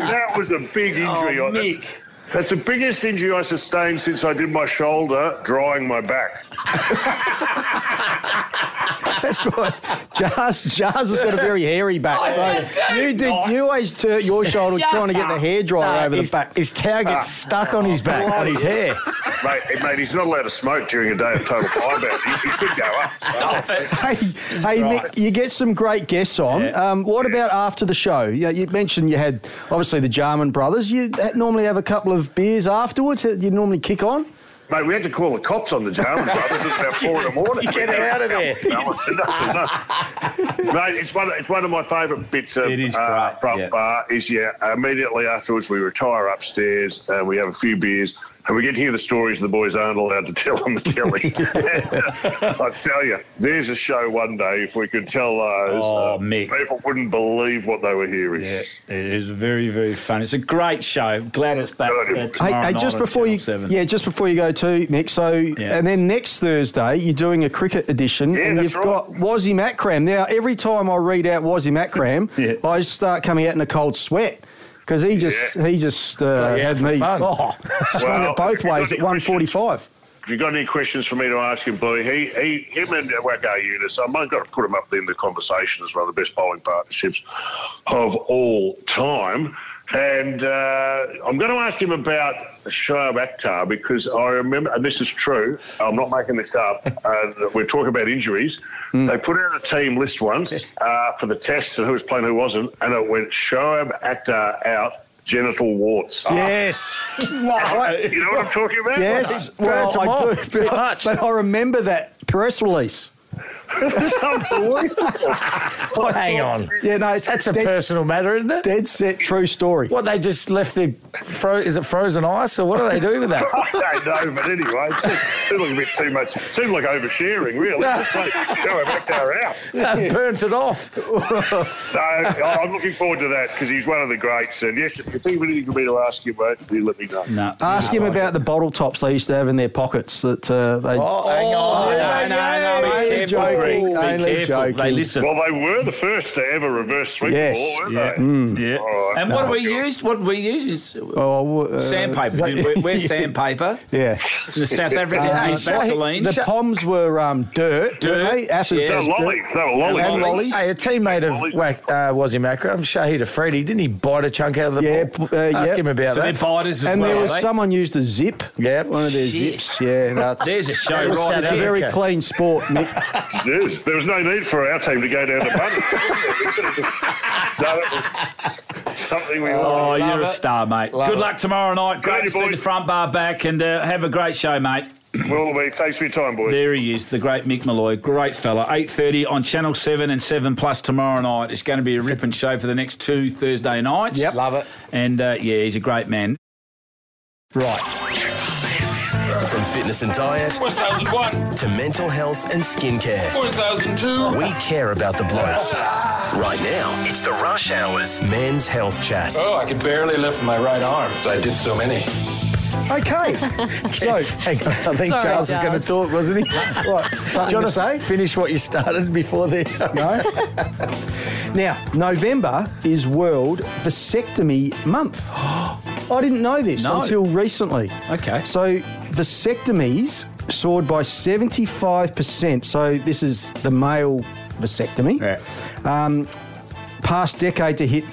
that was a big injury. Oh, I- that's- That's the biggest injury I sustained since I did my shoulder drawing my back. That's right. Jars, Jars has got a very hairy I back. So do you did. You always hurt your shoulder Shut trying to get the up. Ah. hair dryer No, over his- the back. His towel gets stuck on his back, on Oh, his hair. Mate, mate, he's not allowed to smoke during a day of total combat. He, he could go up. Stop it. Hey, hey Mick, you get some great guests on. Um, what about after the show? You, you mentioned you had obviously the Jarman brothers. You ha- normally have a couple of beers afterwards. that You normally kick on. Mate, we had to call the cops on the Jarman brothers. It was about four in the morning. Get out of there. That was enough, enough. Mate, it's one, it's one of my favourite bits of is uh, great, front yeah. bar is, yeah, immediately afterwards we retire upstairs and we have a few beers and we get to hear the stories the boys aren't allowed to tell on the telly. I tell you, there's a show one day, if we could tell those, Oh, uh, Mick. people wouldn't believe what they were hearing. Yeah, it is very very fun. It's a great show. Glad it's back. uh, Hey, tomorrow hey, night just on before you, Channel 7. yeah, just before you go to Mick. So, and then next Thursday you're doing a cricket edition, Yeah, and that's you've got Wazzy Macram. Now, every time I read out Wazzy Macram, I start coming out in a cold sweat because he just he just uh, yeah, had for me fun. oh, swung Well, it both if you've ways got at any 145. If you've got any questions for me to ask him, Bluey, he, he, him and Wacko Eunice, I've got to put him up there in the conversation as one of the best bowling partnerships of all time. And uh, I'm going to ask him about Shoaib Akhtar because I remember, and this is true, I'm not making this up, uh, that we're talking about injuries. They put out a team list once uh, for the test and who was playing, who wasn't, and it went Shoaib Akhtar out, genital warts. Oh. Yes. You know what I'm talking about? Yes. Well, I do. But, but I remember that press release. Hang on. Yeah, no, that's a personal matter, isn't it? Dead set, true story. What they just left the fro- is it frozen ice or what do they do with that? I don't know, but anyway, it seemed, seemed like a bit too much. Seemed like oversharing, really. Just like, go back there out. They've burnt it off. So I- I'm looking forward to that because he's one of the greats. And yes, if you think of anything for me to ask you, mate, you let me know. No. Ask him about the bottle tops they used to have in their pockets that uh, they. Oh, hang on. no, no, no, Only be careful, joking, Rick, be only careful. They joking. listen. Well, they were the first to ever reverse sweep Yes. the ball, weren't Yeah. mm. they? Yeah. All right. And what we used? What we used is Oh, uh, sandpaper. didn't we? We're sandpaper. Yeah. The South Africans Uh, used so he- Vaseline. the Poms were um, dirt. Dirt, Dirt. They? Ashes yeah. They was were lollies. dirt. They were lollies. And lollies. Hey, a teammate of Wack, uh, Wazzy Macra, I'm Shahid Afridi, didn't he bite a chunk out of the Yeah, ball? p- uh, Ask yeah. him about So they're that. fighters as And well. eh? there are was they? someone used a zip. Yep. One of their Shit. zips. Yeah. That's, There's a show right was there. it's a South very Africa. clean sport, Nick. Yes, there was no need for our team to go down to Bunny. no, that was something we Oh, all. you're a it. star, mate. Love Good it. luck tomorrow night. Great Thank to you, see the boys. front bar back and uh, have a great show, mate. Well, we- thanks for your time, boys. There he is, the great Mick Malloy. Great fella. 8.30 on Channel 7 and 7 Plus tomorrow night. It's going to be a ripping show for the next two Thursday nights. Yep. Love it. And, uh, yeah, he's a great man. Right. From fitness and diet 1001, to mental health and skincare, 1002. we care about the blokes. Right now, it's the Rush Hours Men's Health Chat. Oh, I could barely lift my right arm. I did so many. Okay. So, Hang on, I think Sorry, Charles is going Charles. to talk, wasn't he? right. Do you want to say? Finish what you started before the. no. now, November is World Vasectomy Month. I didn't know this No. until recently. Okay. So, vasectomies soared by 75%. So, this is the male vasectomy. Yeah. Um, past decade to hit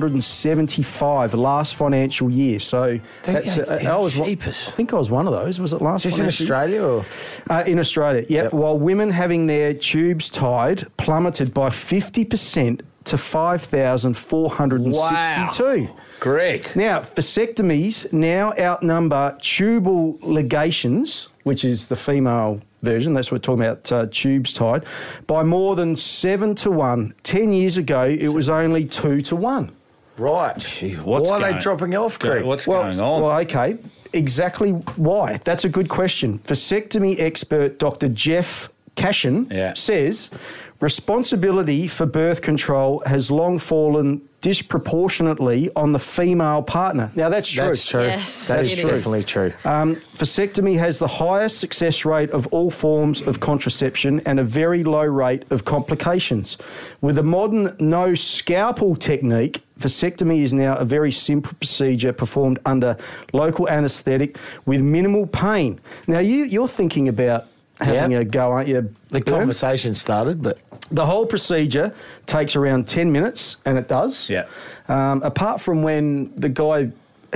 38,875 last financial year. So, that's. I was, one- I cheapest. think I was one of those. Was it last Is this in financial year? Australia or? Uh, in Australia, yep. While women having their tubes tied plummeted by 50% to 5,462. Greg. Now, vasectomies now outnumber tubal ligations, which is the female version, that's what we're talking about, uh, tubes tied, by more than seven to one. Ten years ago, it was only two to one. Right. what's Why are they going- dropping off, Greg? What's going on? Well, okay. Exactly why? That's a good question. Vasectomy expert Dr. Jeff Cashin Yeah. says responsibility for birth control has long fallen disproportionately on the female partner. Now, that's true. That's true. Yes, that it is is. definitely true. Um, vasectomy has the highest success rate of all forms of contraception and a very low rate of complications. With the modern no scalpel technique, vasectomy is now a very simple procedure performed under local anaesthetic with minimal pain. Now, you, you're thinking about having Yep. a go, aren't you? The Berm? conversation started, but The whole procedure takes around 10 minutes, and it does. Yeah. Um, apart from when the guy,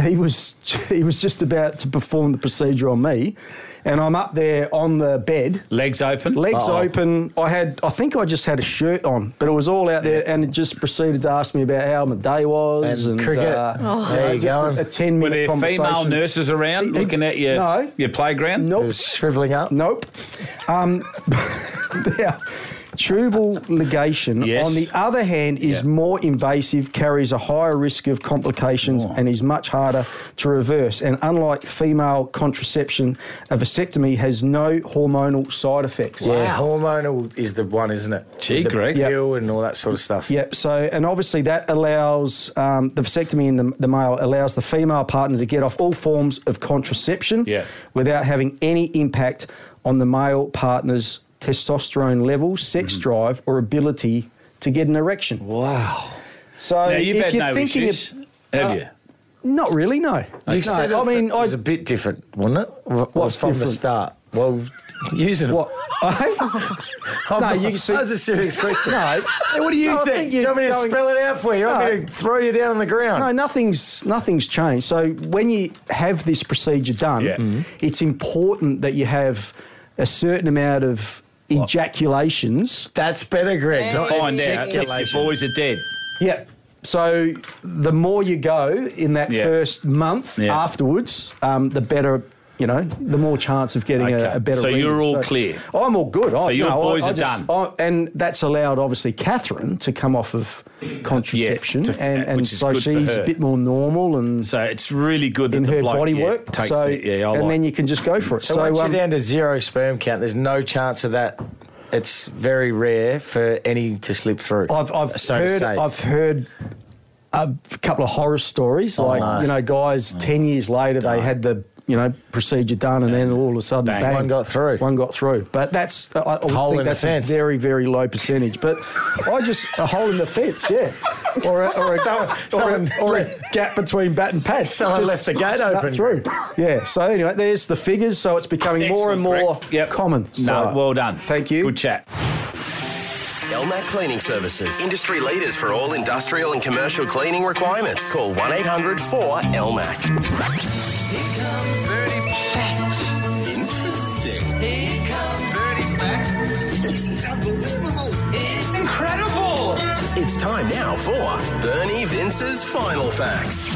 he was, he was just about to perform the procedure on me, and I'm up there on the bed, Legs open. legs Uh-oh. open. I had, I think I just had a shirt on, but it was all out there, and it just proceeded to ask me about how my day was. And And, cricket. Uh, Oh. There you just a- going. A 10 Were minute there female conversation. nurses around He- looking at your, No. your playground? it Nope. was shriveling up. Nope. Um, yeah. Tubal ligation, Yes. on the other hand, is Yeah. more invasive, carries a higher risk of complications, Oh. and is much harder to reverse. And unlike female contraception, a vasectomy has no hormonal side effects. Yeah, hormonal is the one, isn't it? Gee, the Greg. Yep. Pill and all that sort of stuff. Yep. So, and obviously that allows um, the vasectomy in the, the male allows the female partner to get off all forms of contraception Yeah. without having any impact on the male partner's testosterone levels, sex Mm-hmm. drive, or ability to get an erection. Wow. So, now, you've if had you're no thinking, issues, of- have Uh, you? not really, no. You No, said it I mean, it was I- a bit different, wasn't it? What's What's from the different? start? Well, using it. what? I'm No, not- you can see- That was a serious question. no. Hey, what do you No, I think? think do you you're want me to going- spell it out for you? You want me No. to throw you down on the ground? No, nothing's nothing's changed. So when you have this procedure done, Yeah. Mhm. it's important that you have a certain amount of ejaculations. That's better, Greg. To Not find out if ejaculation. your boys are dead. Yeah. So the more you go in that Yeah. first month Yeah. afterwards, um, the better you know, the more chance of getting Okay. a, a better So reading. you're all clear? I'm all good. So I, your no, I- boys I are done? just- I- and that's allowed, obviously, Catherine to come off of contraception. to- and and which is so good for she's her. a bit more normal and So it's really good that in the her bloke, body yeah, work. takes so, the, yeah, I and like then you can just go for it. So, once um, you're down to zero sperm count, there's no chance of that. It's very rare for any to slip through. I've, I've so to heard, say. I've heard a couple of horror stories. Oh, like no. you know, guys, ten years later, they had the you know procedure done, and then all of a sudden, bang, One got through. One got through. But that's I, I would Hole think in the that's fence. a very very low percentage. But I just a hole in the fence, yeah. Or a, or a, or someone a, or a gap between bat and pad. Someone left the gate snap open. Through. Yeah. So anyway, there's the figures. So it's becoming more and Excellent, more common. No, So- well done. Thank you. Good chat. Elmac Cleaning Services, industry leaders for all industrial and commercial cleaning requirements. Call 1 800 4 Elmac. Interesting. Here comes Verdi's facts. This is unbelievable. It's incredible. It's time now for Bernie Vince's Final Facts.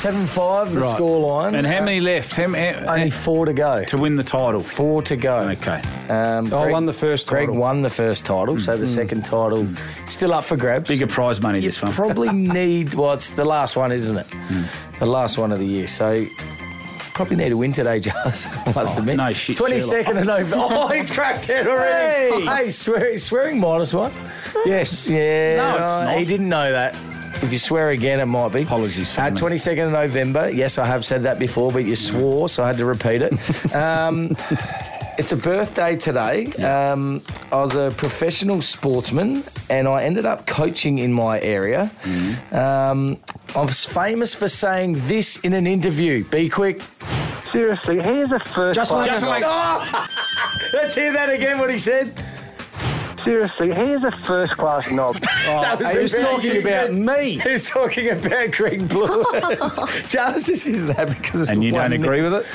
Seven five the Right. scoreline. And how many left? How, how, Only four to go to win the title. Four to go. Okay. Um, Oh, I Greg- won the first Greg title. Hmm. won the first title, so the second title still up for grabs. Bigger prize money this one. Hmm. Probably need. Well, it's the last one, isn't it? The last one of the year. So probably need a win today, Jars. I Must admit. Oh, no shit, Twenty second of November. Oh, he's cracked it already. Hey. Hey, swear, he's swearing minus one. Yes. Yeah. No, it's not. He didn't know that. If you swear again, it might be. Apologies for Uh, me. 22nd of November. Yes, I have said that before, but you swore, so I had to repeat it. Um, it's a birthday today. Um, I was a professional sportsman and I ended up coaching in my area. Mm-hmm. Um, I was famous for saying this in an interview. Be quick. Seriously, here's a first. Just like, Justin Oh! Let's hear that again, what he said. Seriously, here's a first class knob. Oh, That was he the was very talking about good- me. He was talking about Greg Blue. Charles, this isn't that because it's And you one don't agree with it?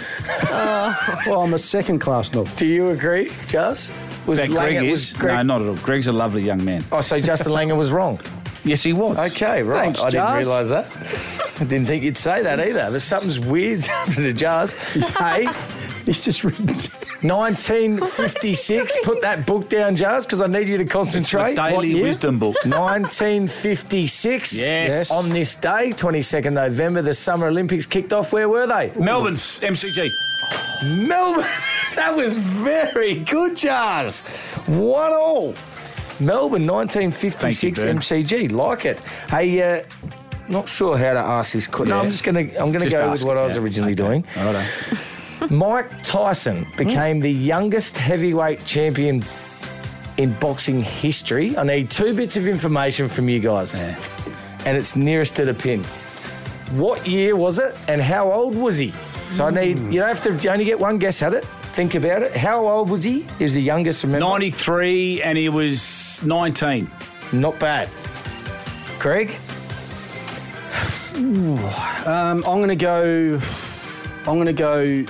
well, I'm a second class knob. Do you agree, Charles? Was that Langer- Greg was is? No, not at all. Greg's a lovely young man. Oh, so Justin Langer was wrong. Yes, he was. Okay, right. Thanks, I didn't Jars. realise that. I didn't think you'd say that either. There's something's weird happening to Jars. hey, he's just written 1956. Put that book down, Jars, because I need you to concentrate. daily What year? wisdom book. 1956. Yes. Yes. On this day, 22nd November, the Summer Olympics kicked off. Where were they? Melbourne's MCG. Melbourne. That was very good, Jars. One all. Melbourne, 1956 Thank you, Bern. MCG. Like it. Hey, uh, not sure how to ask this question. No, Yeah. I'm just gonna. I'm gonna Just go ask with what it, I was yeah. originally doing. Righto. Mike Tyson became the youngest heavyweight champion in boxing history. I need two bits of information from you guys, and it's nearest to the pin. What year was it, and how old was he? So I need Hmm. you don't have to you only get one guess at it. Think about it. How old was he? He was the youngest. Remember, 93 and he was 19. Not bad. Craig? Um, I'm going to go. I'm going to go.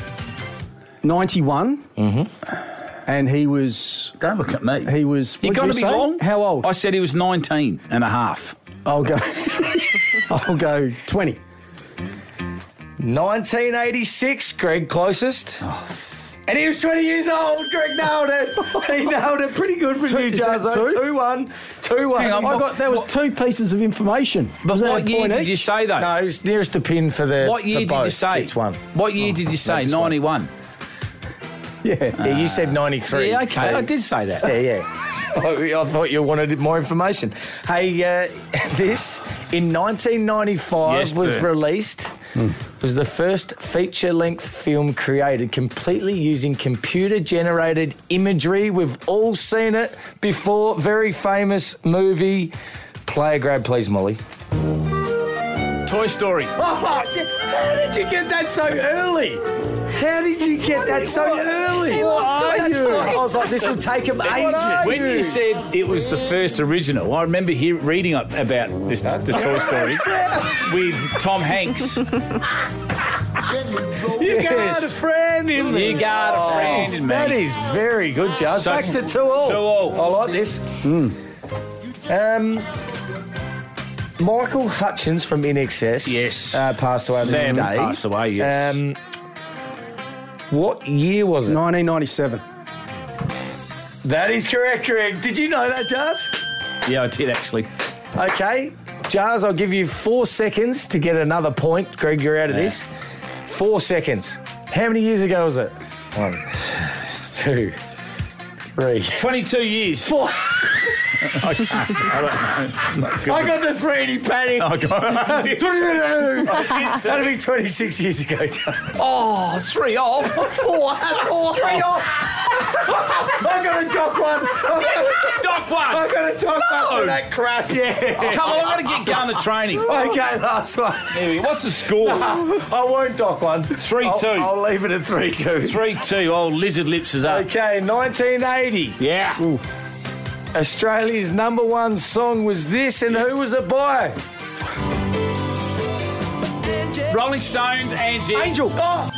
91. And he was. Don't look at me. He was. You what got did to you be say? wrong. How old? I said he was 19 and a half. I'll go. I'll go 20. 1986. Craig closest. Oh. And he was 20 years old. Greg nailed it. he nailed it pretty good for Two- you, is that Jazzo. two? 2 1. 2 1. Hang on, I got. There was two pieces of information. But Was that what a year point did each? you say, though? No, it's nearest to pin for the. what for year did you both. say? It's one. Oh, What year did you say? 91. Yeah. Yeah, you said 93. Ah. Yeah, okay, I did say that. Yeah, yeah. I, I thought you wanted more information. Hey, uh, this in 1995 Yes, Hmm. was Bert. released. Was the first feature-length film created completely using computer-generated imagery. We've all seen it before. Very famous movie. Player grab, please, Molly. Toy Story. Oh, how did you get that so early? How did you get that so early? What are you? I was like, this will take him ages. When you said it was the first original, I remember hear, reading up about this the Toy Story with Tom Hanks. You got a friend in me. You got a friend in me. That is very good, Charles. So- Back to two all. Two all. I like this. Hmm. Um, Michael Hutchins from InXS. Yes. Uh, passed away Sam this day. passed away, yes. Um, What year was it? 1997. That is correct, Greg. Did you know that, Jars? Yeah, I did actually. Okay, Jars, I'll give you four seconds to get another point. Greg, you're out of this. Four seconds. How many years ago was it? One, two, three. 22 years. Four. I can't. I don't know. I got the three and he panicked. Oh, God. That'll be 26 years ago, Jars. Oh, three off. Four, four, Three off. I got a dock one. Doc one. I got a dock one for that crap. Yeah. Come on, I gotta get going to training. Okay, last one. Anyway, what's the score? I won't dock one. 3 I'll- 2. I'll leave it at 3 2. 3 2. Old Lizard Lips is up. Okay, 1980. Yeah. Australia's number one song was this, and who was it by? Rolling Stones, Angie. Angel. Oh,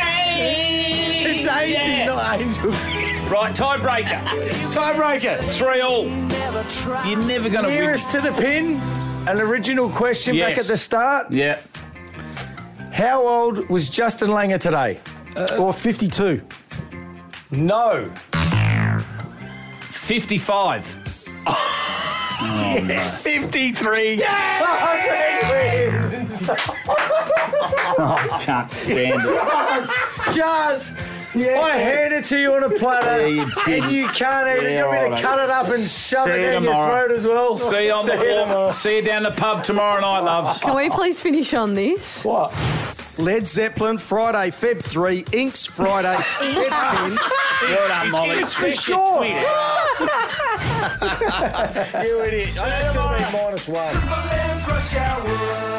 Angie. it's Angel, not Angel. Right, tiebreaker. Tiebreaker. Three all. You're never going to win. Nearest to the pin. An original question back Yes. at the start. Yeah. How old was Justin Langer today? or 52. Uh, No. 55. Yes, 53. Yeah! 100 wins. I can't stand it. Jazz, Jazz, I hand it to you on a platter, Yeah, you did. and you can't eat it. Yeah, You want me alright. to cut it up and shove See it you down your tomorrow. throat as well? See you on the tomorrow. form. See you down the pub tomorrow night, loves. Can we please finish on this? What? Led Zeppelin, Friday, Feb 3, Inks, Friday, Feb 10. Well done, Molly. It's for sure. Tweet it. you idiot. I should have been minus one. Triple M's rush hour.